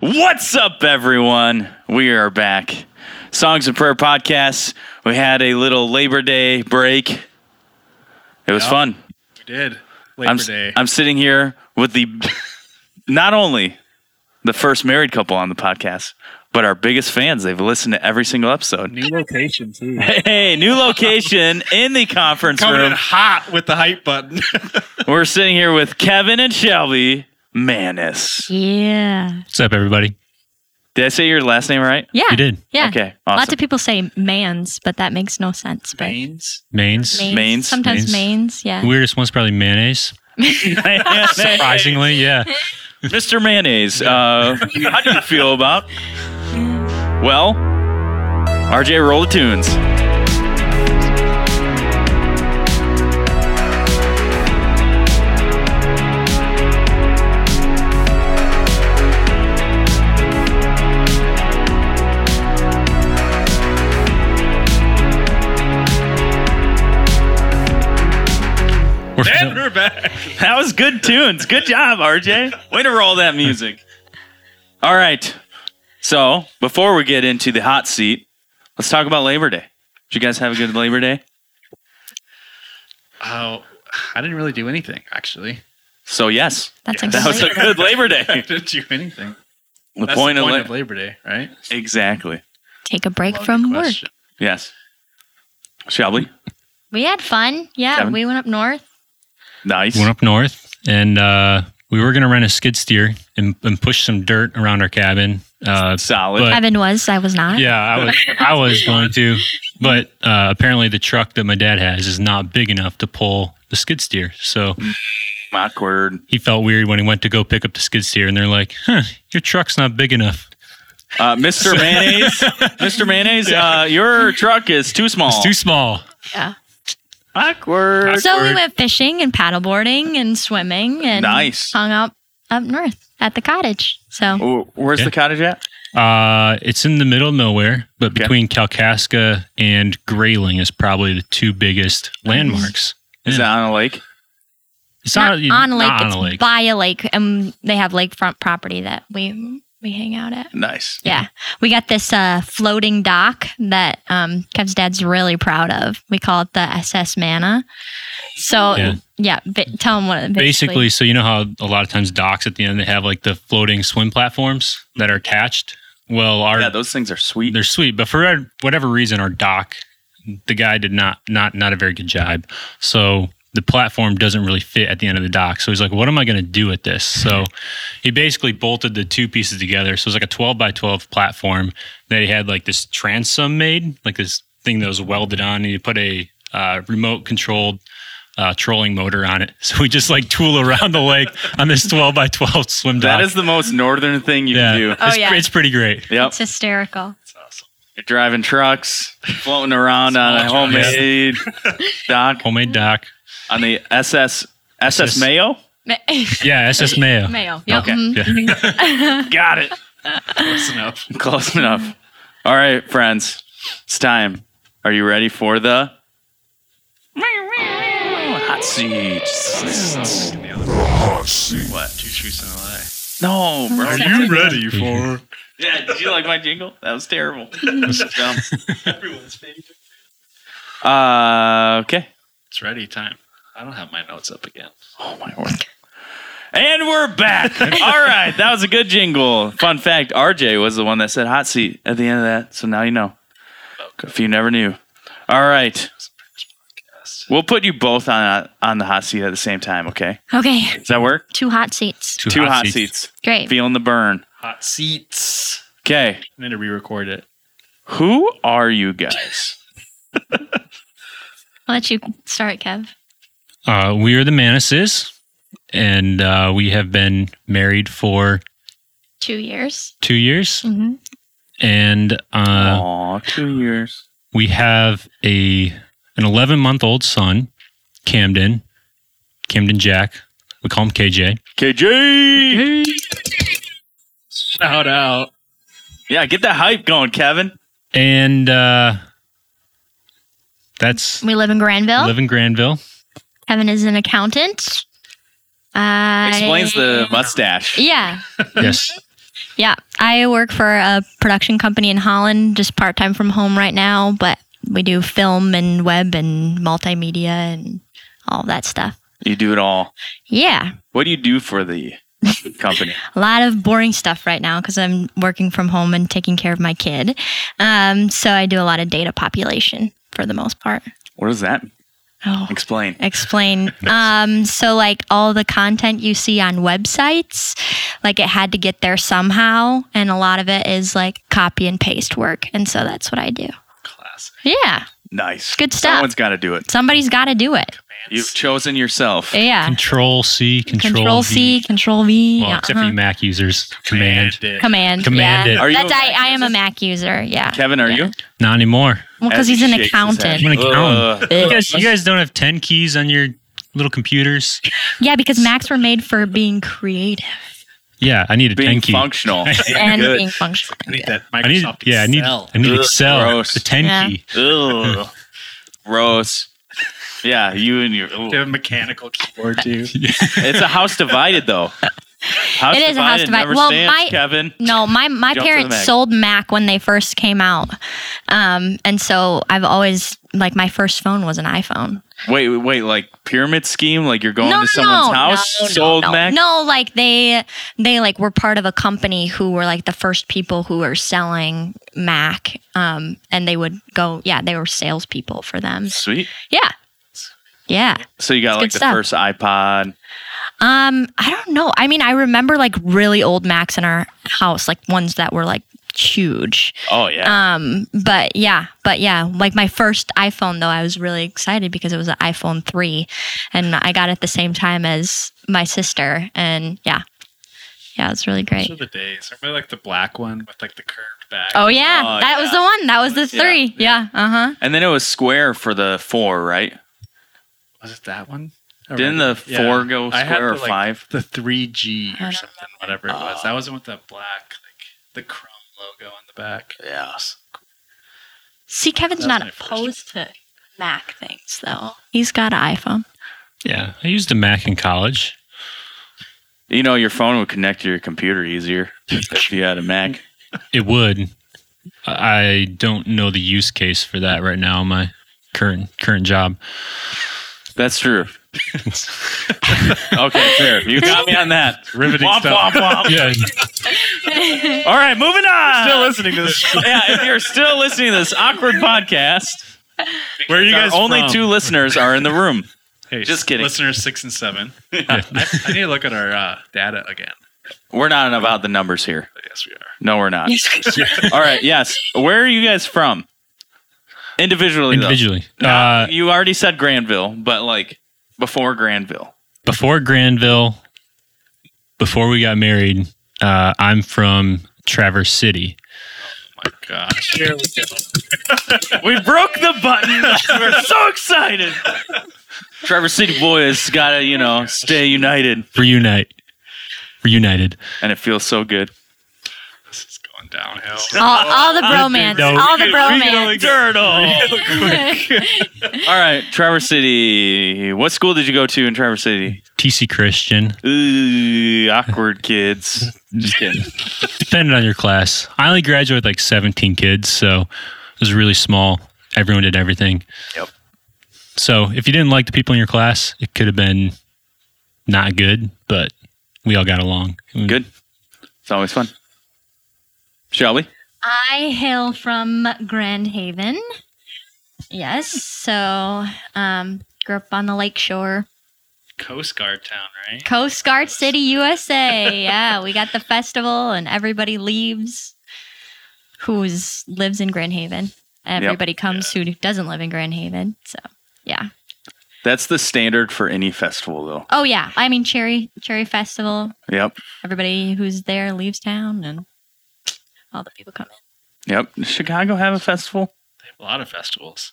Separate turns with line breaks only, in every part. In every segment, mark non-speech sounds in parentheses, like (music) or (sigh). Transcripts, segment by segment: What's up, everyone? We are back. Songs and Prayer Podcast. We had a little Labor Day break. It was
Yeah.
fun.
We did. Labor
I'm, s-
Day.
I'm sitting here with the not only the first married couple on the podcast, but our biggest fans. They've listened to every single episode.
New location too.
Hey, new location in the conference
Coming in
room.
hot with the hype (laughs) button.
We're sitting here with Kevin and Shelby Manis.
Yeah.
What's up, everybody?
Did I say your last name right?
Yeah.
You did.
Yeah.
Okay.
Lots
Awesome.
of people say mans, but that makes no sense. But
Baines.
Mains.
Mains?
Sometimes mains. Yeah.
Weirdest one's probably mayonnaise.
(laughs)
Surprisingly, yeah.
Mr. Mayonnaise, uh, how do you feel about? Well, RJ, roll the tunes.
We're
And we're back.
That was good tunes. Good job, RJ. Way to roll that music. All right. So before we get into the hot seat, let's talk about Labor Day. Did you guys have a good Labor Day?
Oh, I didn't really do anything, actually. (laughs)
So yes, (laughs)
That's
that was a
incredible.
good Labor
I
Day.
didn't do anything.
The
That's
point,
the point
of,
of
La-
Labor Day, right?
exactly.
Take a break
Love
from
the
work.
question.
Yes. Shelby,
We had fun. Yeah.
Kevin?
We went up north.
nice.
went up north, and uh, we were gonna rent a skid steer and, and push some dirt around our cabin. Uh,
Solid.
But-
Evan was. I was not.
yeah, I was I was going to, but uh, apparently the truck that my dad has is not big enough to pull the skid steer. So
Awkward.
he felt weird when he went to go pick up the skid steer, and they're like, "Huh, your truck's not big enough.
Uh,
(laughs)
Mr. Mayonnaise, Mr. Mayonnaise, uh, your truck is too small.
It's too small."
Yeah.
awkward.
So we went fishing and paddleboarding and swimming and
Nice.
hung out up north at the cottage. So
Oh, Where's
Yeah.
the cottage at?
Uh, it's in the middle of nowhere, but
Okay.
between Kalkaska and Grayling is probably the two biggest landmarks.
Is it
Yeah.
on a lake?
It's
not on a lake.
not
it's
on a lake.
by a lake, and they have lakefront property that we we hang out at.
Nice.
Yeah. We got this uh, floating dock that um, Kev's dad's really proud of. We call it the SS Mana. So,
Yeah.
yeah, ba- tell him what it
Basically, so you know how a lot of times docks at the end they have like the floating swim platforms that are attached. Well, our
Yeah, those things are sweet.
they're sweet, but for whatever reason, our dock, the guy did not not not a very good job. So the platform doesn't really fit at the end of the dock. So he's like, "What am I going to do with this?"
(laughs)
So he basically bolted the two pieces together. So it was like a twelve by twelve platform that he had like this transom made, like this thing that was welded on, and you put a uh, remote controlled. Uh, trolling motor on it, (laughs) so we just like tool around the lake on this twelve by twelve swim dock.
That is the most northern thing you
yeah,
can
Oh,
it's,
yeah.
it's pretty great.
do. Yep.
It's hysterical.
You're driving trucks, floating around on a
Small
trucks. (laughs)
homemade dock
Homemade dock.
on the SS SS
Yes.
Mayo. (laughs)
Ma- (laughs)
Yeah, SS Mayo.
Mayo. Yep.
Okay.
Mhm.
Yeah.
Got it.
Close enough.
Close enough. All right, friends. It's time. Are you ready for the hot seat?
What? Two truths and a lie.
No, bro.
Are you ready for?
Yeah, did you like my jingle? That was terrible. Dumb.
Everyone's favorite.
Uh, okay.
It's ready time. I don't have my notes up again.
Oh my word. And we're back. All right, that was a good jingle. Fun fact: RJ was the one that said "hot seat" at the end of that, so now you know. If you never knew. All right, we'll put you both on on the hot seat at the same time. Okay,
Okay.
does that work?
Two hot seats.
Two,
Two hot seats.
Great.
Feeling the burn.
Hot seats.
Okay,
I need to re-record it.
who are you guys?
I'll let you start, Kev.
Uh, we are the Manises, and uh, we have been married for
Two years.
two years,
hmm
and uh,
Aw, two years.
we have a an 11 month old son, Camden, Camden Jack. We call him KJ.
KJ.
Shout out.
Yeah, get that hype going, Kevin.
And uh, that's
We live in Granville.
live in Granville.
Kevin is an accountant. Uh,
Explains the mustache.
Mm-hmm. Yeah.
Yes,
Yeah, I work for a production company in Holland, just part time from home right now, but we do film and web and multimedia and all that stuff.
You do it all.
Yeah,
What do you do for the company?
a lot of boring stuff right now because I'm working from home and taking care of my kid. Um, so I do a lot of data population for the most part.
What does that mean?
Oh.
explain?
explain. Um, so like all the content you see on websites, like it had to get there somehow, and a lot of it is like copy and paste work, and so that's what I do.
Classic.
Yeah,
Nice.
Good stuff.
Someone's got to do it.
somebody's got to do it.
You've chosen yourself.
Yeah,
Control C, Control,
Control
V.
C, Control V,
Well, except for
uh-huh.
you Mac users, Command.
it.
command,
Command
yeah.
it.
Are you
that's
a
I,
Mac
I am a
user?
Mac user. Yeah,
Kevin, are
Yeah.
you?
Not anymore.
well,
As
because
he
he's an
shakes his head.
I'm
accountant.
an accountant.
Ugh.
You guys, you guys don't have ten keys on your little computers.
Yeah, because Macs were made for being creative
Yeah, I need a ten
Being
key.
functional.
and
Good.
being functional.
I need that
I need,
Microsoft
yeah, I need,
Excel.
I need
Ugh,
Excel.
gross.
The ten
Yeah.
key.
Ugh. Gross. Yeah, you and your.
They (laughs)
ugh.
have a mechanical keyboard (laughs) too.
It's a house divided, though. House
It is a house divided.
Never
Well,
stands,
my-
Kevin.
No, my
Jump
my
to the
parents
Mac.
sold Mac when they first came out, um, and so I've always like my first phone was an iPhone.
Wait, wait, wait, like pyramid scheme? Like you're going
no,
to someone's house,
no,
sold
no,
Mac?
No, like they they like were part of a company who were like the first people who were selling Mac, um, and they would go, yeah, they were salespeople for them.
Sweet.
Yeah, yeah.
So you got
It's
like
good
the
stuff.
first iPod.
Um, I don't know. I mean, I remember like really old Macs in our house, like ones that were like huge.
Oh yeah.
Um, but yeah, but yeah, like my first iPhone though, I was really excited because it was an iPhone 3 and I got it the same time as my sister and yeah. Yeah, it was really
Those
great.
are the days. Remember like the black one with like the curved back?
Oh yeah,
Oh,
that was
yeah.
the one. That was the
Yeah,
3. Yeah, uh-huh.
and then it was square for the four, right?
Was it that one?
Didn't the
Alrighty. Yeah.
four go
I had
square or
the, like,
five?
The 3G
I
or
don't
something, whatever it was. That was the one with the black, like the chrome logo on the back.
Yes.
See, Kevin's
That was
not
my first. (laughs)
opposed to Mac things though. He's got an iPhone.
Yeah, I used a Mac in college.
You know, your phone would connect to your computer easier if you had a Mac.
It would. I I don't know the use case for that right now. in My current current job. (laughs)
That's true. okay, fair.
(laughs)
You got me on that.
Riveting
Womp,
stuff.
womp, womp.
Yeah,
(laughs)
All right, moving on.
Still listening to
(laughs)
this.
yeah, if you're still listening to this awkward podcast,
(laughs) Where are you
our
guys
only
from?
two listeners are in the room.
Hey,
Just kidding.
Listeners six
(laughs)
and seven. I, I need to look at our uh, data again.
We're not about the numbers here.
Yes, we are.
No, we're not. All right. Yes. Where are you guys from? Individually. though.
individually.
No,
Uh,
you already said Granville, but like before Granville.
before Granville, before we got married, uh, I'm from Traverse City.
Oh my gosh.
We broke the button. (laughs) We're so excited. Trevor City boys gotta, you know, stay united.
Reunite. Reunited.
And it feels so good.
this is going downhill.
Oh,
All, all the bromance,
no,
all the
we
bromance.
Dirtle. All right, Traverse City. What school did you go to in Traverse City?
TC Christian.
Ooh, awkward kids. Just kidding.
Depended on your class. I only graduated with like 17 kids, so it was really small. Everyone did everything.
Yep.
So if you didn't like the people in your class, it could have been not good, but we all got along.
Good. It's always fun. Shall we?
I hail from Grand Haven. Yes, so um, grew up on the lakeshore,
Coast Guard town, right?
Coast Guard City, USA. Yeah, we got the festival, and everybody leaves who's lives in Grand Haven. Everybody comes who doesn't live in Grand Haven. So yeah.
That's the standard for any festival, though.
Oh yeah, I mean Cherry Cherry Festival.
Yep.
Everybody who's there leaves town, and all the people come in.
Yep. Does Chicago have a festival?
They have a lot of festivals.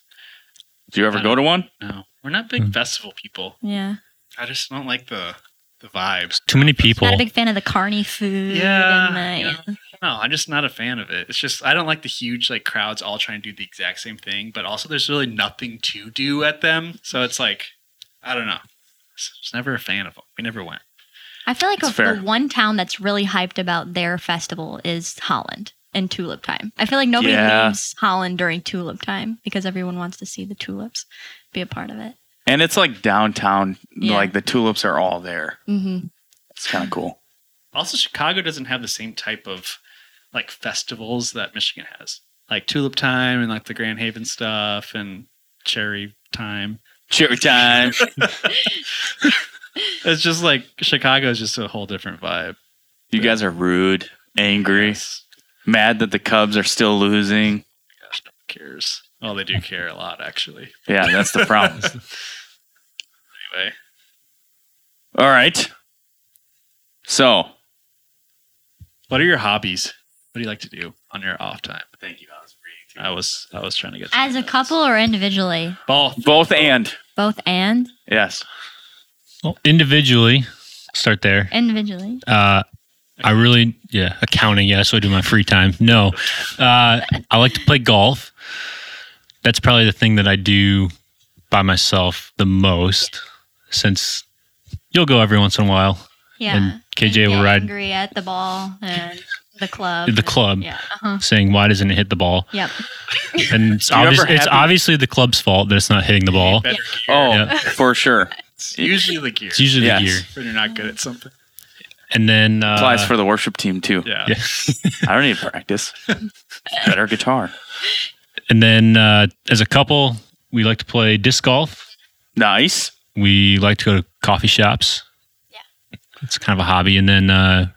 Do you ever go to one?
No, we're not big
Hmm.
festival people.
Yeah,
I just don't like the the vibes.
Too many people.
not a big fan of the carny food.
Yeah,
and the,
yeah. No, I'm just not a fan of it. It's just I don't like the huge like crowds all trying to do the exact same thing, but also there's really nothing to do at them. So it's like I don't know. I was never a fan of them. We never went.
I feel like
That's
of
fair.
the one town that's really hyped about their festival is Holland and tulip time. I feel like nobody
Yeah.
leaves Holland during tulip time because everyone wants to see the tulips, be a part of it.
And it's like downtown,
Yeah.
like the tulips are all there.
Mm-hmm.
It's kind
(laughs)
of cool.
Also, Chicago doesn't have the same type of like festivals that Michigan has, like Tulip Time and like the Grand Haven stuff and Cherry Time.
Cherry time.
It's just like Chicago is just a whole different vibe.
You guys are rude, angry,
Yes.
mad that the Cubs are still losing.
Gosh, no one cares. Oh, they do care a lot, actually.
Yeah, that's the problem.
(laughs) Anyway,
All right. So,
what are your hobbies? What do you like to do on your off time?
thank you. I was reading
I was I was trying to get
As a couple or individually,
both.
Both and
both and
yes,
Well, individually, start there.
individually.
Uh, I really, yeah, accounting. Yeah, so I do my free time. No, uh, I like to play golf. That's probably the thing that I do by myself the most, since you'll go every once in a while.
Yeah.
And KJ
And
will
get
ride-
angry at the ball and the club.
The club.
Yeah. Uh-huh.
Saying why doesn't it hit
(laughs)
the ball?
Yep.
And it's,
You ever
obvious, it's
happy-
obviously the club's fault that it's not hitting the ball.
Better gear.
oh,
Yeah.
for
(laughs)
sure
It's usually the gear.
It's usually
Yes.
the gear.
when you're not good at something.
And then uh,
applies for the worship team too.
Yeah.
yeah.
I don't need to
(laughs)
practice. Better guitar.
And then uh, as a couple, we like to play disc golf.
Nice.
We like to go to coffee shops.
Yeah.
It's kind of a hobby. And then, uh,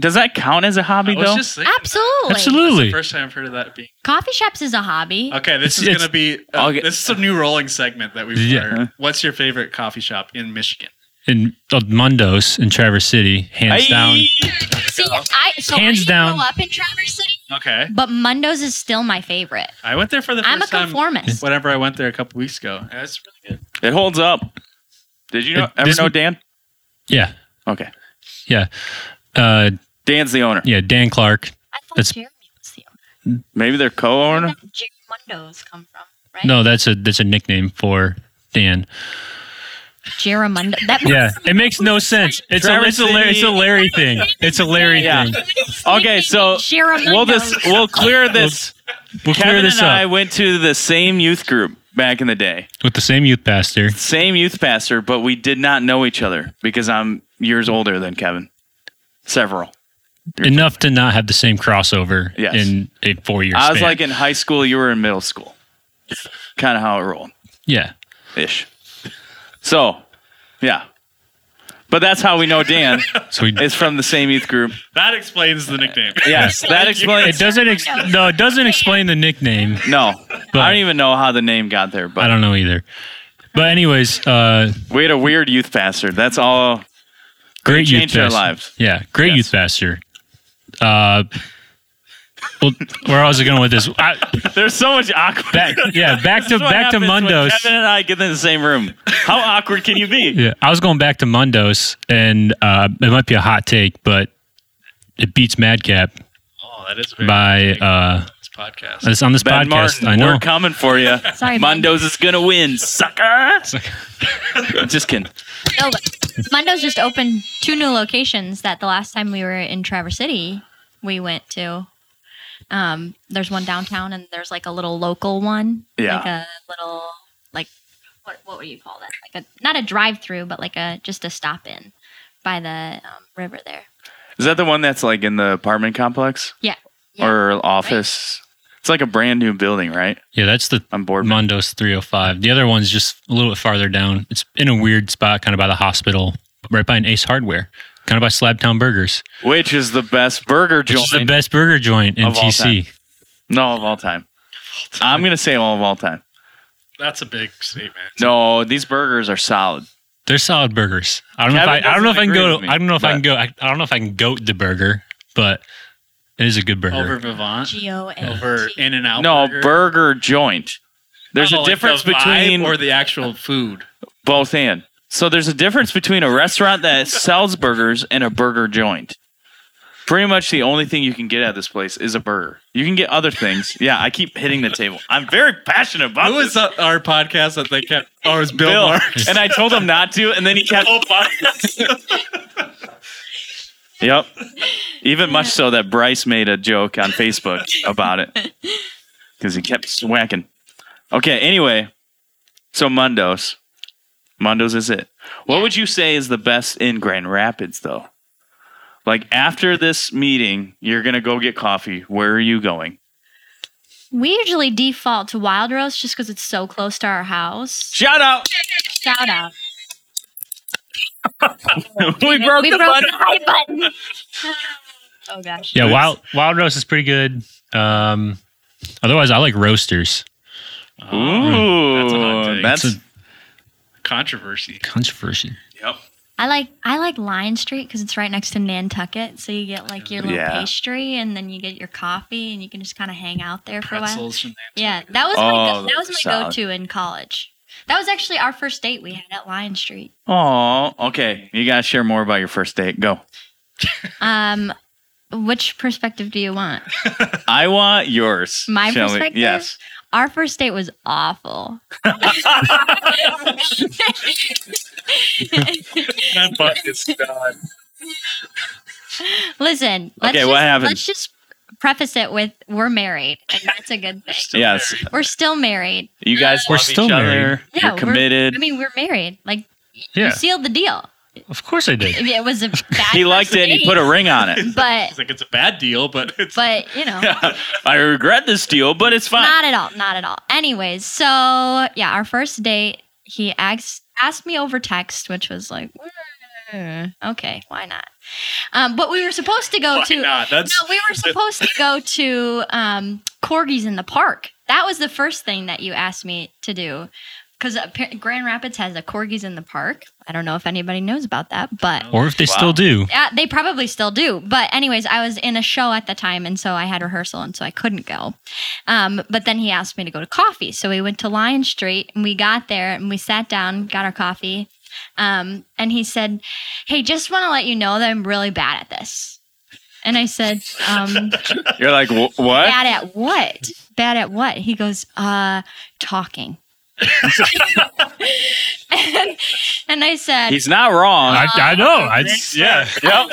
Does that count as a hobby
I was
though?
just thinking that.
Absolutely.
It's the
absolutely.
first time I've heard of that being.
Coffee shops is a hobby.
Okay, this
It's-
is
it's-
gonna be. Uh,
I'll get-
this is a new rolling segment that we've.
Yeah.
learned. What's your favorite coffee shop in Michigan?
In uh, Mundos in Traverse City, hands
Hey!
down.
See, I so I
Hands
didn't
down.
grow up in Traverse City,
Okay,
but Mundo's is still my favorite.
I went there for the
I'm a
first time.
conformist.
Whenever I went there a couple weeks ago, that's really good.
It holds up. Did you know,
It-
ever
this-
know Dan?
Yeah.
Okay.
Uh,
Dan's the owner.
yeah. Dan
I
Clark.
thought
That's-
Jeremy was
(laughs)
the owner.
Maybe they're co-owner.
Where did Jer- Mundo's come from, right?
No, that's a that's a nickname for Dan.
Jerumundo. That
Yeah. It makes no sense. It's a
Traverse
it's a Larry, it's a
City.
Larry thing. It's a Larry
Yeah.
thing.
(laughs)
Okay, so
Jerumundo.
We'll just we'll clear this.
We'll clear
Kevin
this
and I
up
went to the same youth group back in the day.
with the same youth pastor.
Same youth pastor, but we did not know each other because I'm years older than Kevin. Several.
Enough to not have the same crossover
Yes.
in a four year
I was like in high school, you were in middle school. Kind of how it rolled.
yeah.
Ish. So, yeah. But that's how we know Dan
So we,
is from the same youth group.
That explains the
(laughs)
nickname.
Yes, that
it
explains.
doesn't ex- no, it doesn't explain the nickname.
No,
But-
I don't even know how the name got there,
I
but
don't know either. But anyways, uh,
we had a weird youth pastor. That's
(laughs)
all.
great youth
changed our
pastor.
lives.
Yeah, great
Yes.
youth pastor. Uh, well, where I was going with this? I,
There's so much awkward.
back,
(laughs)
yeah, back to
That's what
back to
happens when
Mundos.
Kevin and I get in the same room. How awkward can you be?
(laughs) Yeah, I was going back to Mundos, and uh, it might be a hot take, but it beats Madcap
Oh, that is very
by
interesting.
uh,
this podcast.
it's on this
Ben
podcast.
Martin,
I know.
we're coming for you.
(laughs) Sorry, Ben.
Mundos is gonna win, sucker. (laughs) Just kidding.
No, but Mundo's just opened two new locations that the last time we were in Traverse City, we went to. Um, there's one downtown and there's like a little local one.
Yeah.
Like a little like what what would you call that? Like a not a drive through, but like a just a stop in by the um, river there.
Is that the one that's like in the apartment complex
Yeah. Yeah.
or office? It's like a brand new building, right?
Yeah, that's the
I'm bored.
Mundos 305. The other one's just a little bit farther down. It's in a weird spot, kind of by the hospital, right by an Ace Hardware, kind of by Slabtown Burgers.
Which is the best burger
Which
joint?
is the best burger joint in
Of all
TC.
No, of all time. I'm gonna say all of all time.
That's a big statement.
No, these burgers are solid.
They're solid burgers. I don't know
Kevin
if I, I don't know if I can
doesn't agree
go.
with me,
I don't know if I
but-
can go. I, I don't know if I can goat the burger, but it is a good burger.
Over Vivant,
G O A
over
T.
In and Out.
No burger joint. There's a
Oh, like
difference
the vibe
between
or the actual food.
both and. So there's a difference between a restaurant
(laughs)
that sells burgers and a burger joint. Pretty much the only thing you can get at this place is a burger. You can get other things. Yeah, I keep hitting the table. I'm very passionate about
Who was
this.
on our podcast that they kept? (laughs) Oh, it was Bill,
Bill,
Marks.
and I told him not to, and then he kept.
podcast.
Yep. Even much so that Bryce made a joke on Facebook about it because he kept swacking. Okay. Anyway, so Mundos, Mundos is it. What would you say is the best in Grand Rapids though? Like after this meeting, you're gonna go get coffee. Where are you going?
We usually default to Wild Rose just because it's so close to our house.
Shout out!
Shout out.
(laughs) we broke
we
the
broke
button.
the right button. oh gosh.
Yeah,
Nice.
wild wild roast is pretty good. Um, otherwise, I like roasters.
Oh, that's a hot
Ooh,
take.
that's,
It's a
Controversy.
controversy.
yep.
I like I like Lion Street because it's right next to Nantucket, so you get like your little
Yeah.
pastry and then you get your coffee and you can just kind of hang out there for a while.
Pretzels from that.
Yeah, that was my
Oh,
go- that was my
solid.
go-to in college. That was actually our first date we had at Lion Street.
Oh, okay. You gotta share more about your first date. Go.
Um, which perspective do you want?
I want yours.
My
shall we?
perspective?
Yes.
Our first date was awful.
That bucket's gone.
Listen, let's
Okay,
just,
what happened?
Let's just preface it with we're married, and that's a
(laughs)
good thing.
Yes.
We're still married.
You guys
We're
love
still
each
married.
other.
Yeah,
You're
we're-
committed.
I mean, we're married. Like you
Yeah,
sealed the deal.
of course I did.
It was
(laughs)
a bad.
He liked it and he put a ring on
(laughs)
it. (laughs)
But
It's like it's a bad deal, but it's
but you know,
I regret this deal, but it's fine.
not at all, not at all. Anyways, so yeah, our first date, he asked asked me over text, which was like, "Eh, okay, why not? Um, but we were supposed to go
why
to
not? That's
no, we were supposed to go to um, Corgis in the park. That was the first thing that you asked me to do. Because Grand Rapids has a Corgis in the Park. I don't know if anybody knows about that, but
Or if they
Wow.
still do.
uh, they probably still do. But, anyways, I was in a show at the time, and so I had rehearsal, and so I couldn't go. Um, but then he asked me to go to coffee. So we went to Lion Street, and we got there, and we sat down, got our coffee. Um, and he said, Hey, just want to let you know that I'm really bad at this. And I said, um,
You're like, "Wh- what?
Bad at what? Bad at what? He goes, uh, talking. (laughs) and, and I said,
He's not wrong.
(laughs)
I, I know. I, yeah.
yep.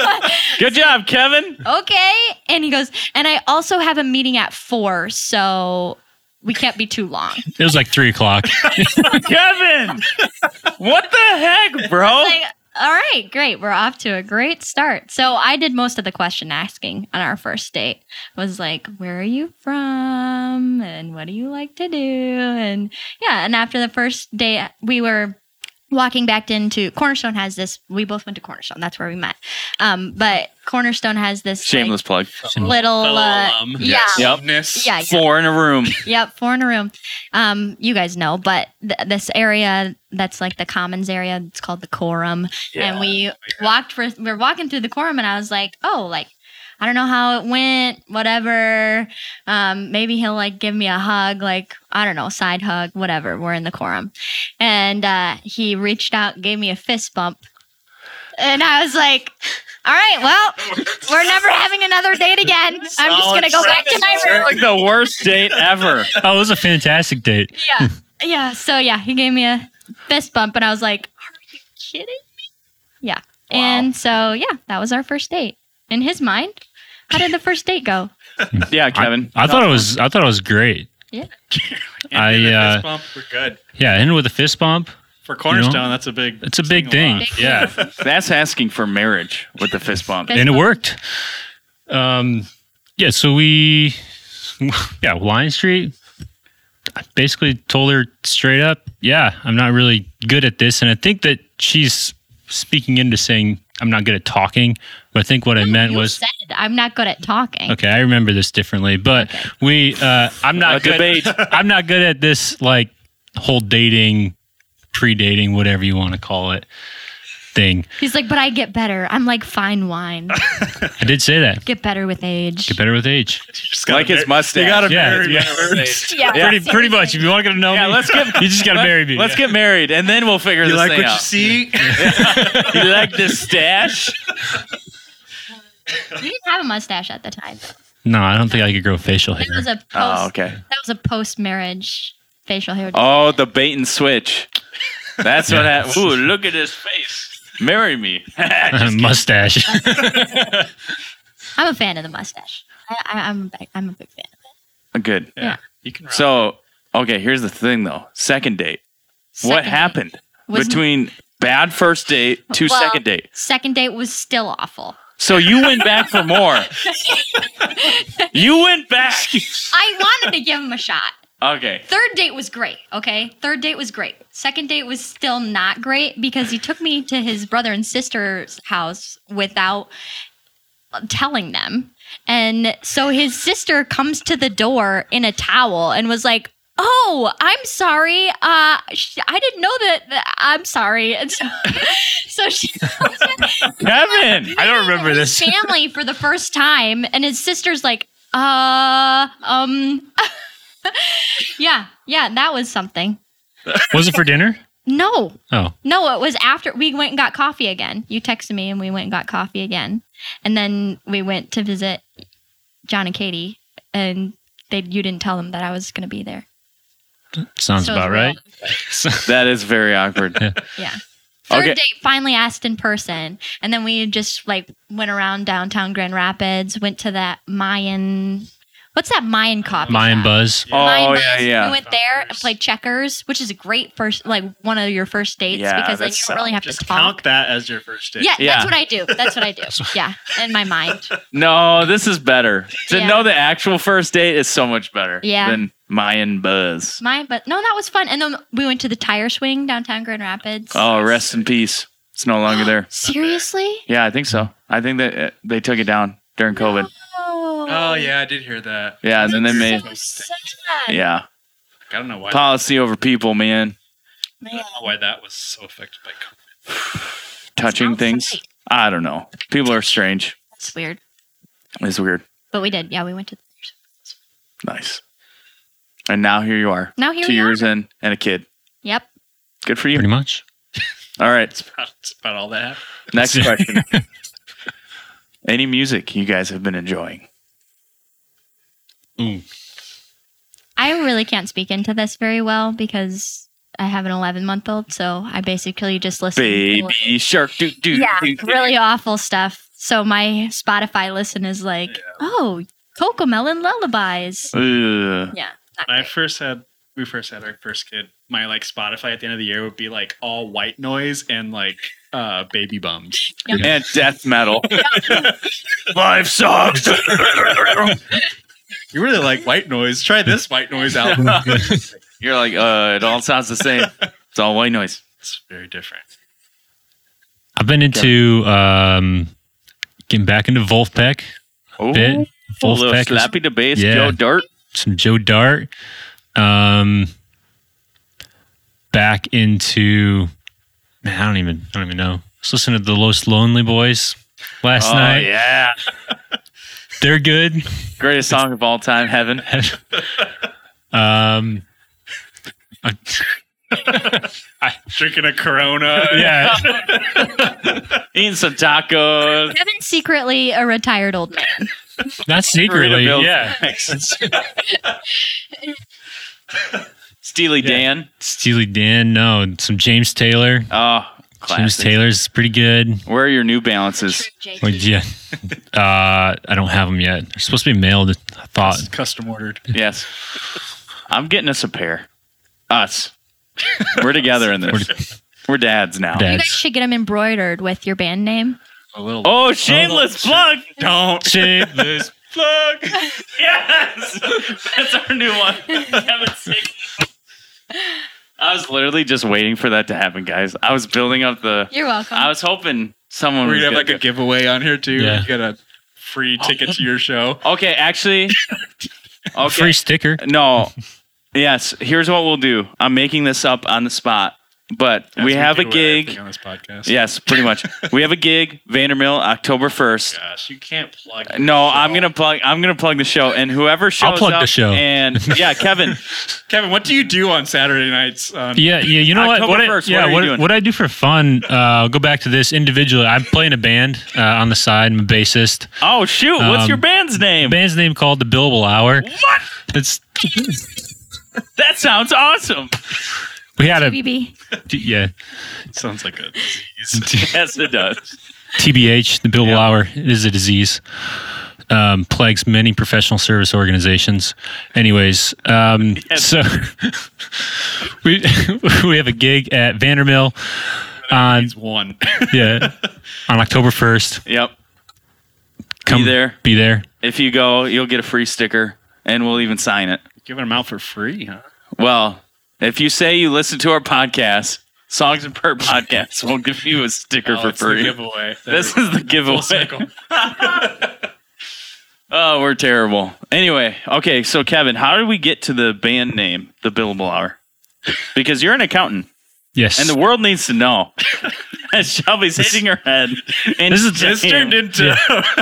Good job,
(laughs)
Kevin.
okay. And he goes, and I also have a meeting at four, so we can't be too long.
It was like
(laughs)
three o'clock.
Kevin. What the heck, bro?
(laughs) Like, all right, great. We're off to a great start. So I did most of the question asking on our first date. Was like, where are you from? And what do you like to do? And yeah, and after the first day, we were walking back into Cornerstone has this. We both went to Cornerstone. That's where we met. Um, but Cornerstone has this like,
Shameless plug.
little.
Fellow
Uh,
alum.
yeah,
Yep.
Alumnus.
yeah, yeah.
Four in a
(laughs)
room.
Yep, four in a room. Um, you guys know, but th- this area that's like the commons area, it's called the quorum. And we walked for we were walking through the quorum, and I was like, oh, like I don't know how it went, whatever. Um, maybe he'll like give me a hug, like I don't know, side hug, whatever. We're in the quorum, and uh, he reached out, gave me a fist bump, and I was like. All right, well, we're never having another date again. I'm just going to go back to my room.
Like the worst date ever.
Oh, it was a fantastic date.
Yeah. yeah. So yeah, he gave me a fist bump and I was like, Are you kidding me? Yeah. And so yeah, that was our first date. In his mind, how did the first date go?
Yeah, Kevin.
I thought it was. I thought it was great. I,
And then a
uh,
fist bump, we're good.
Yeah, ended with a fist bump.
For Cornerstone, that's a big.
It's a big thing.
Big
Yeah,
That's asking for marriage with the fist bump.
Fist
and it
bump.
worked. Um, yeah. So we, (laughs) yeah, Lion Street. I basically told her straight up, yeah, I'm not really good at this, and I think that she's speaking into saying I'm not good at talking. But I think what I meant
You
was
said I'm not good at talking.
Okay, I remember this differently, but we uh, I'm
A
not good.
debate.
(laughs) I'm not good at this like whole dating, pre-dating, whatever you want to call it thing.
He's like, but I get better. I'm like fine wine.
I did say that.
Get better with age.
Get better with age.
Just
Like his mustache.
You gotta
Yeah,
marry
yeah.
me first.
Yeah.
Pretty pretty much. If you want to know
Yeah,
me,
let's get-
You just gotta
Let-
marry me.
Let's
Yeah.
get married and then we'll figure
(laughs) You
this
like
thing
what you
out.
see?
You, like this
(laughs)
stash?
You didn't have a mustache at the time.
No, I don't think I could grow facial hair.
That
(laughs)
was a post
Oh, okay.
that was a post marriage facial hair.
(laughs)
Oh, the bait and switch. That's what happened. Ooh, look at his face. Marry me. (laughs)
mustache. (laughs)
I'm a fan of the mustache. I, I, I'm a big, I'm a big fan of it.
Good.
Yeah.
You can rock.
So, okay, here's the thing though. Second date.
Second
what
date
happened
was-
between bad first date to
Well,
second date?
Second date was still awful.
So you went back for more.
(laughs)
you went back.
I wanted to give him a shot.
Okay.
Third date was great, okay? Third date was great. Second date was still not great because he took me to his brother and sister's house without telling them. And so his sister comes to the door in a towel and was like, Oh, I'm sorry. Uh, sh- I didn't know that. that- I'm sorry. (laughs) And so, so she
Kevin.
I don't remember
his
this. (laughs)
family for the first time, and his sister's like, uh, um, (laughs) yeah, yeah, that was something.
Was it for dinner?
No,
Oh,
no, it was after we went and got coffee again. You texted me, and we went and got coffee again, and then we went to visit John and Katie, and they you didn't tell them that I was going to be there.
sounds
So it was
about
real-
right.
That is very awkward.
Yeah. Third
Okay.
date finally asked in person, and then we just like went around downtown Grand Rapids, went to that Mayan. What's that Mayan coffee?
Mayan
shop?
Buzz.
Oh,
Mayan Buzz.
yeah, yeah.
We went there and
Checkers.
played checkers, which is a great first, like one of your first dates
Yeah,
because then you
that's,
don't really have
Just
to
count
talk.
that as your first date.
Yeah,
Yeah.
that's what I do. That's what I do. Yeah, in my mind.
No, this is better. To
Yeah.
know the actual first date is so much better
Yeah.
than Mayan Buzz.
Mayan, but no, that was fun. And then we went to the tire swing downtown Grand Rapids.
Oh, rest in peace. It's no longer
(gasps)
there.
Seriously?
Yeah, I think so. I think that uh, they took it down during COVID.
Oh,
Oh yeah, I did hear that.
Yeah, and then they made
So sad.
yeah
I don't know why.
policy over people, man.
I don't know why that was so affected by (laughs) COVID.
Touching
Sounds
things.
right.
I don't know. People are strange.
That's weird.
It's weird.
But we did. Yeah, we went to.
Nice. And now here you are.
Now here
Two
we
years
are.
in and a kid.
Yep.
Good for you.
Pretty much.
All right.
It's about, it's about all that happened.
Next question. (laughs) Any music you guys have been enjoying?
Ooh.
I really can't speak into this very well because I have an 11 month old, so I basically just listen. to
Baby shark. Do, do,
yeah,
do, do.
really awful stuff. So my Spotify listen is like, oh, Cocomelon Lullabies.
Ugh.
Yeah, not
When I
great.
first had we first had our first kid, my like Spotify at the end of the year would be like all white noise and like uh baby bums.
and death metal. Life sucks.
You really like white noise. Try this white
(laughs)
noise album. it's
You're like, uh, it all sounds the same. It's all white noise.
very different.
I've been into um, getting back into Wolfpack
Oh,
a bit.
a little
Wolfpack, is
slappy debates,
Yeah.
Joe Dirt.
some Joe Dart. Um, back into man, I don't even I don't even know. Let's listen to the Los Lonely Boys last
oh,
night.
yeah.
They're good.
Greatest song of all time, Heaven.
(laughs) Um, I-
Drinking a Corona.
(laughs) yeah,
Eating some tacos.
Kevin's secretly a retired old man.
not secretly.
Burrito Bill.
Yeah,
Steely
Yeah.
Dan.
Steely Dan. No, some James Taylor.
Oh,
James
classic.
Taylor's pretty good.
Where are your new balances?
Like, yeah, uh, I don't have them yet. They're supposed to be mailed. I thought.
It's custom ordered.
Yes. I'm getting us a pair. Us. We're together in (laughs) this. We're dads now.
Dad.
You guys should get him embroidered with your band name.
A little
Oh, shameless plug.
don't
Shameless
plug.
Yes, (laughs) that's our new one. Kevin Sick. I was literally just waiting for that to happen, guys. I was building up the.
You're welcome.
I was hoping someone
We're
would
gonna have like a giveaway on here too.
Yeah.
You got a free ticket to your show.
Okay, actually. Okay.
Free sticker.
No. Yes. Here's what we'll do. I'm making this up on the spot, but
That's
we
what
have a
do with everything (laughs)
gig.
on this podcast.
Yes, pretty much. we have a gig, Vandermill, October first.
Gosh, you can't plug.
No, I'm gonna plug. I'm gonna plug the show, and whoever shows
plug the
up
show.
and yeah, Kevin,
Kevin, what do you do on Saturday nights? Uh,
(laughs)
On,
Yeah, yeah. You know
October
what? What, I,
1st, what
yeah,
are you
what,
doing?
what I do for fun? Uh, I'll go back to this individually. I play in a band uh, on the side. I'm a bassist.
Oh shoot! What's
Um,
your band's
The
name?
band's name called the Billable Hour.
What?
It's
That sounds awesome.
We had a
TBB.
t- yeah
Sounds like a disease.
Yes, it does.
TBH, the Bill
Yeah.
Lauer, it is a disease. Um, plagues many professional service organizations. Anyways, um, so (laughs) we (laughs) we have a gig at Vandermill on
He's one.
yeah on October first.
Yep.
Come
there.
Be there.
If you go, you'll get a free sticker, and we'll even sign it.
(laughs) Giving them out for free, huh?
Well, if you say you listen to our podcast, Songs and Per podcast, we'll give you a sticker for
Oh, it's the
free.
giveaway. There
This
we go.
is the (laughs)
Full
giveaway.
circle.
Oh, we're terrible. Anyway, okay, so Kevin, how did we get to the band name, the Billablower? Because you're an accountant,
Yes.
and the world needs to know. (laughs) As Shelby's hitting her head, and
This
(laughs)
is-
This turned into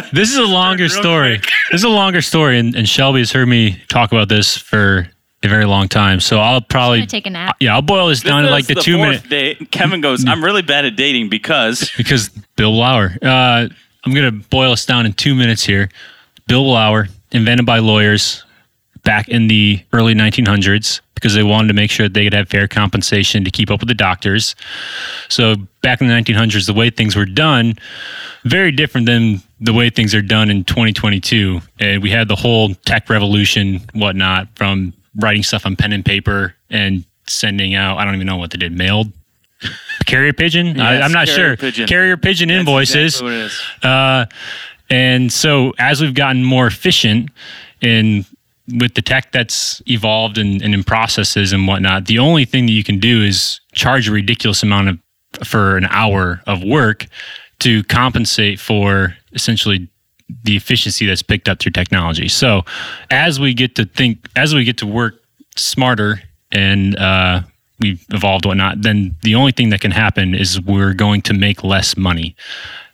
(laughs) this is a longer
real
story.
(laughs)
This is a longer story, and, and Shelby has heard me talk about this for a very long time. So I'll
I'm
probably
gonna take a nap.
yeah I'll boil this down to like the, two
fourth
minute Mm.
Date. Kevin goes, "I'm really bad at dating because
because Bill Lauer. Uh, I'm going to boil us down in two minutes here. Bill Lauer, invented by lawyers back in the early 1900s because they wanted to make sure that they could have fair compensation to keep up with the doctors. So back in the 1900s, the way things were done, very different than the way things are done in 2022. And we had the whole tech revolution, whatnot, from writing stuff on pen and paper and sending out, I don't even know what they did, mailed. (laughs) Carrier pigeon? I,
Yes,
I'm not
carrier
sure.
pigeon.
Carrier pigeon
That's
(laughs) invoices.
exactly what
(laughs)
it is.
Uh, and so as we've gotten more efficient in with the tech that's evolved and, and in processes and whatnot, the only thing that you can do is charge a ridiculous amount of for an hour of work to compensate for essentially the efficiency that's picked up through technology. So as we get to think, as we get to work smarter and uh, we've evolved whatnot, then the only thing that can happen is we're going to make less money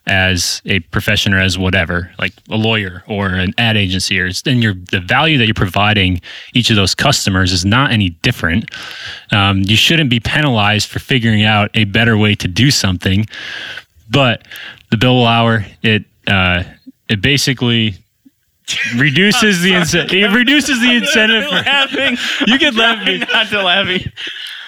as a profession or as whatever, like a lawyer or an ad agency, or it's- then your the value that you're providing each of those customers is not any different. Um, you shouldn't be penalized for figuring out a better way to do something. But the bill hour, it uh, it basically reduces the incentive. It reduces the incentive. For,
laughing.
you could let
Trying
me
not to laughing.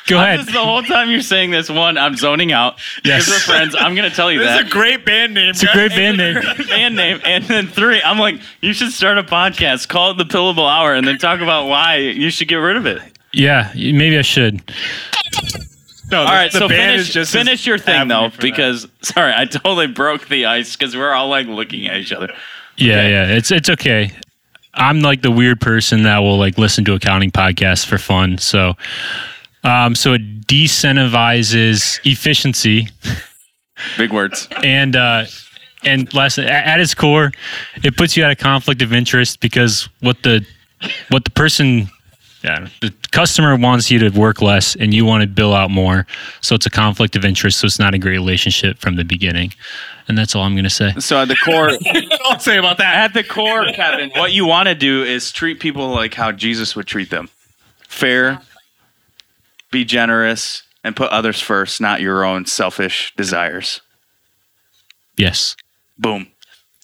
go
This is
ahead.
the whole time you're saying this. One, I'm zoning out.
Yes.
Because we're friends. I'm gonna tell you
This
that.
is a great band name.
It's a
(laughs)
great band name.
band name. (laughs) And then three, I'm like, you should start a podcast, call it the Pillable Hour, and then talk about why you should get rid of it.
Yeah, maybe I should.
No,
All right, so finish, finish your thing though, because sorry, I totally broke the ice because we're all like looking at each other.
Yeah,
Okay.
yeah. It's it's okay. I'm like the weird person that will like listen to accounting podcasts for fun. So um so it decentivizes efficiency
Big words.
and uh and less a- at its core, it puts you at a conflict of interest because what the what the person yeah, the customer wants you to work less and you want to bill out more. So it's a conflict of interest. So it's not a great relationship from the beginning. And that's all I'm going to say.
So at the core,
I'll say
(laughs)
about that.
at the core, Kevin, what you want to do is treat people like how Jesus would treat them. Fair, be generous, and put others first, not your own selfish desires.
Yes.
Boom.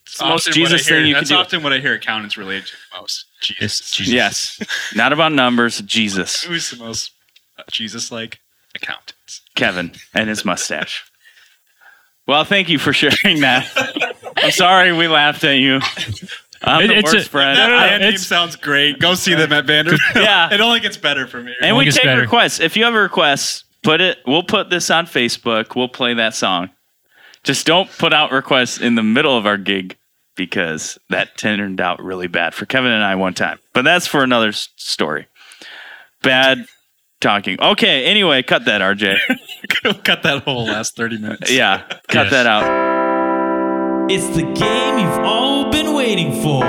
It's
most
often
Jesus
what I hear-
thing you
That's
could do.
often what I hear accountants relate to the most. Jesus.
It's
(laughs)
Jesus.
Yes. Not about numbers, Jesus.
Who's the most uh, Jesus-like accountants?
Kevin and his mustache. Well, thank you for sharing (laughs) that. I'm sorry we laughed at you. I'm
It-
the
it's a-
worst friend.
That
I-
band name
it's-
sounds great. Go see them at Vanderbilt.
Yeah.
it only gets better from here.
and
Well, it
we
gets
take
better.
requests. If you have a request, put it. We'll put this on Facebook. We'll play that song. Just don't put out requests in the middle of our gig because that turned out really bad for Kevin and I one time. But that's for another s- story. Bad talking. Okay. Anyway, cut that,
(laughs)
RJ.
cut that whole last thirty minutes.
(laughs) Yeah, cut
Yes.
that out.
It's the game you've all been waiting for.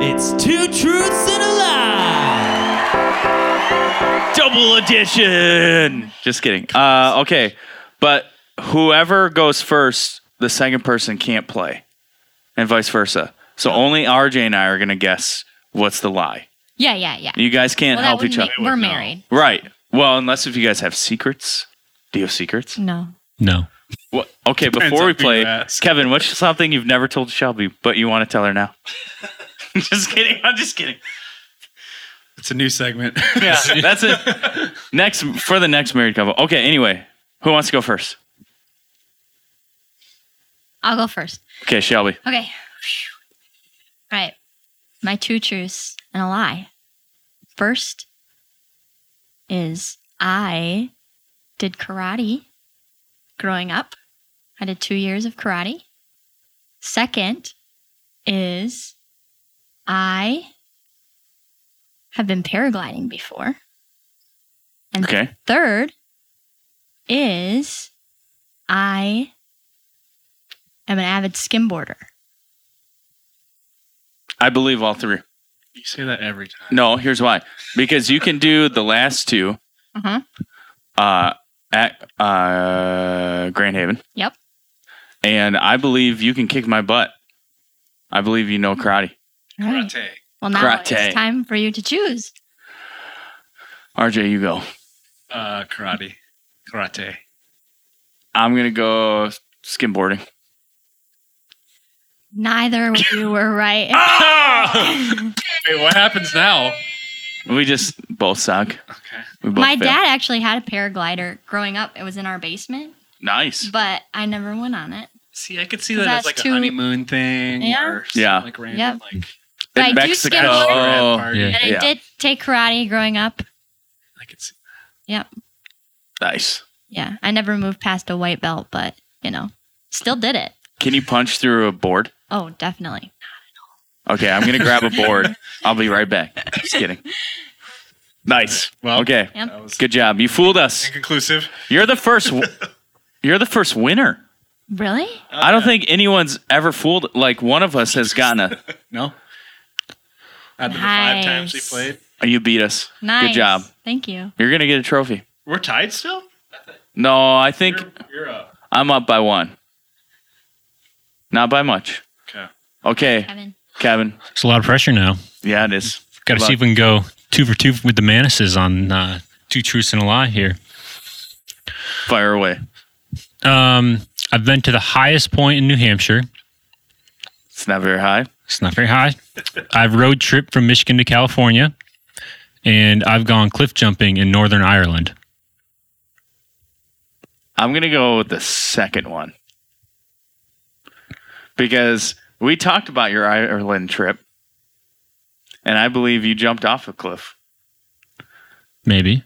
It's two truths and a lie.
double edition. Just kidding. Uh, okay, but whoever goes first, the second person can't play, and vice versa. So only RJ and I are gonna guess what's the lie.
Yeah, yeah, yeah.
You guys can't
Well, that
help
wouldn't
each other,
make- we're married.
right? Well, unless if you guys have secrets. Do you have secrets?
No.
No.
What? Okay,
Depends
before
on
we
who you
play,
ask.
Kevin, what's something you've never
(laughs)
told Shelby but you want to tell her now? just kidding. I'm just kidding.
It's a new segment. (laughs)
Yeah, (laughs) that's it. Next for the next married couple. Okay. Anyway, who wants to go first?
I'll go first.
Okay, Shelby.
Okay. Phew. All right. My two truths and a lie. First is I did karate growing up. I did two years of karate. Second is I have been paragliding before. And
Okay.
third is I am an avid skimboarder.
I believe all three.
You say that every time.
No, here's why. Because you can do the last two
Uh-huh.
uh, at uh, Grand Haven.
Yep.
And I believe you can kick my butt. I believe you know karate.
Right.
Karate.
Well, now
Karate.
it's time for you to choose.
RJ, you go.
Uh, karate. Karate.
I'm going to go skimboarding.
Neither of
(laughs)
you were right.
Ah,
Ah! Wait, what happens now?
We just both suck.
Okay.
We both
My
fail.
dad actually had a paraglider growing up. It was in our basement,
Nice.
but I never went on it.
See, I could see
'Cause
that as
that's
like
too-
a honeymoon thing.
Yeah.
Or something
Yeah.
Like random,
Yep.
like
But I do
Mexico.
skimboard.
Oh,
party.
Yeah.
And
Yeah.
I did take karate growing up.
I could see.
nice.
Yeah, I never moved past a white belt, but you know, still did it.
Can you punch through a board?
Oh, definitely.
Okay, I'm going to grab a board.
(laughs)
I'll be right back. Just kidding. Nice.
Well,
okay.
Yep.
That was
Good job. You fooled us.
inconclusive.
You're the first. w- You're the first winner.
Really?
I don't think anyone's ever fooled. Like one of us has gotten a.
No. Out of the five
Nice.
times we played,
You beat us.
Nice.
Good job.
Thank you.
You're gonna get a trophy.
we're tied still.
No, I think
You're, you're up.
I'm up by one. Not by much.
Okay.
Okay,
Kevin.
Kevin.
It's a lot of pressure now.
Yeah, it is.
Got
Good
to see
luck.
if we can go two for two with the Manises on uh, two truths and a lie here.
Fire away.
Um, I've been to the highest point in New Hampshire.
It's not very high.
It's not
(laughs)
very high. I've road tripped from Michigan to California, and I've gone cliff jumping in Northern Ireland.
I'm gonna go with the second one because we talked about your Ireland trip, and I believe you jumped off a cliff.
Maybe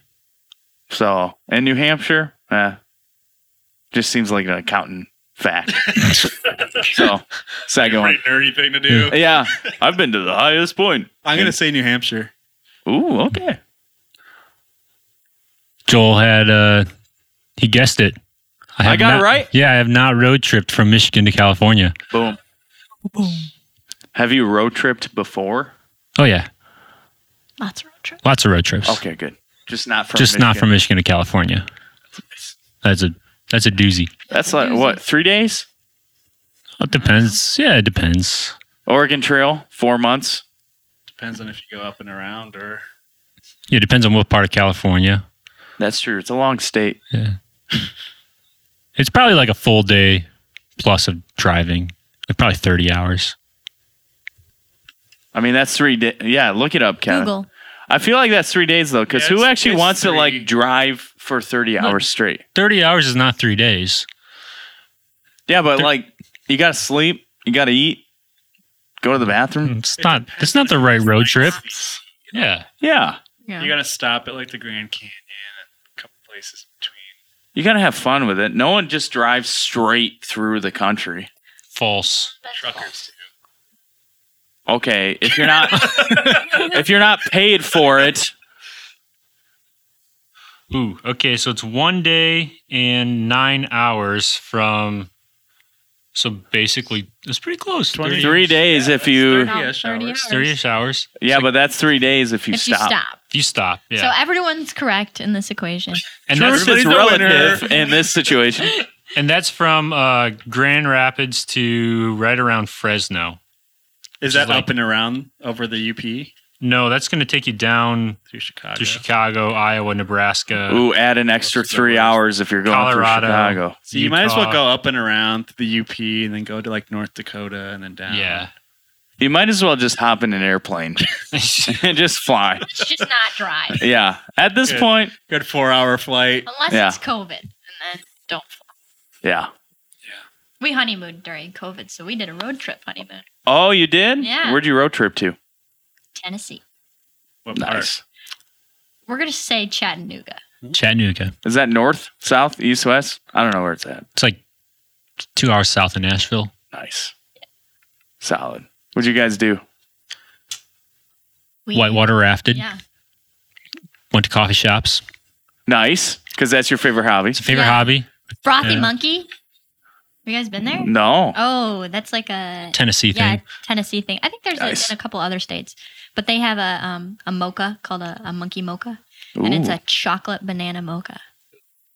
So, in New Hampshire, eh, just seems like an accountant
(laughs)
fact. so, second one.
nerdy thing to do.
Yeah, I've been to the highest point.
I'm gonna say New Hampshire.
Ooh, okay.
Joel had uh, he guessed it.
I
have
got it
not-
right?
Yeah, I have not road tripped from Michigan to California.
Boom. Boom. Have you road tripped before?
Oh yeah,
Lots of road trips.
lots of road trips.
Okay, good. Just not from
just not
Michigan.
from Michigan to California. That's a that's a doozy.
That's like what three days?
It depends. Yeah, it depends.
Oregon Trail, four months.
Depends on if you go up and around or
Yeah, it depends on what part of California.
That's true. It's a long state.
It's probably like a full day plus of driving, like probably 30 hours.
I mean, that's three days. Yeah, look it up, Kevin.
Google.
I feel like that's three days though, because
Yeah,
who
it's-
actually
it's
wants to
three.
like drive for thirty hours straight?
30 hours is not three days.
Yeah, but
They're-
like you gotta sleep, you gotta eat, go to the
Mm-hmm.
bathroom.
It's not, it's not the right road trip. Yeah.
Yeah,
Yeah.
You gotta stop at like the Grand Canyon and a couple places in between.
you gotta have fun with it. No one just drives straight through the country.
False.
Truckers do.
Okay, if you're not if you're not paid for it,
Ooh. Okay. So it's one day and nine hours from, so basically, it's pretty close. 30
three days if you
About
30-ish
30
hours.
hours.
30 -ish hours.
yeah, but that's three days if you
If you
stop.
stop.
If you stop. Yeah.
So everyone's correct in
(laughs)
this equation.
and,
Truth is
that's,
Everybody's a winner.
relative in this
(laughs)
situation.
and that's from uh, Grand Rapids to right around Fresno.
Is
that
that
like-
up and around over the UP
No, that's going to take you down
through Chicago?
to Chicago, Iowa, Nebraska.
Ooh, add an extra three hours if you're going
Colorado.
through Chicago.
So you might as well
Utah. (laughs)
go up and around the UP and then go to like North Dakota and then down.
Yeah.
You might as well just hop in an airplane (laughs) and just
(laughs)
fly.
It's just not drive.
Yeah. At this
Good.
point,
Good four hour flight.
Unless
Yeah.
it's COVID. And then don't fly.
yeah.
We honeymooned during COVID, so we did a road trip honeymoon.
Oh, you did?
Yeah.
Where'd you road trip to?
Tennessee.
What part?
Nice.
We're gonna say Chattanooga.
Chattanooga.
Is that north, south, east, west? I don't know where it's at.
It's like two hours south of Nashville.
Nice. Solid. What'd you guys do?
We,
Whitewater rafted.
Yeah.
Went to coffee shops.
Nice, because that's your favorite hobby.
It's a favorite
Yeah.
hobby.
Frothy
Yeah.
Monkey. You guys been there?
No.
Oh, that's like a
Tennessee
yeah
thing.
Tennessee thing. I think there's
Nice.
a, in a couple other states, but they have a um a mocha called a, a monkey mocha, Oh, and it's
Ooh,
a chocolate banana mocha.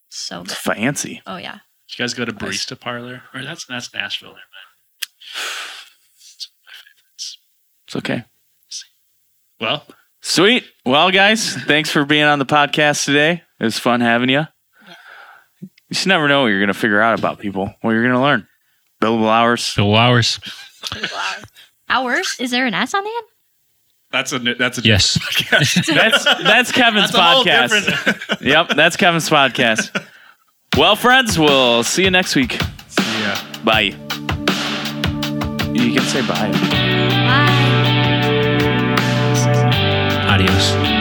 So
it's
good.
fancy.
Oh yeah.
Did you guys go to Barista Parlor? Or that's that's Nashville. never mind.
It's okay.
Well,
Sweet. Well, guys, thanks for being on the podcast today. It was fun having you. You just never know what you're going to figure out about people, what you're going to learn. Billable
(laughs)
hours.
Bill hours.
Ours? Is there an S on the end?
that's a new- that's a
Yes.
That's that's Kevin's
That's a whole
podcast.
different-
Yep, that's Kevin's podcast. Well, friends, we'll see you next week.
(laughs) yeah.
Bye. You can say bye.
Bye.
Adios.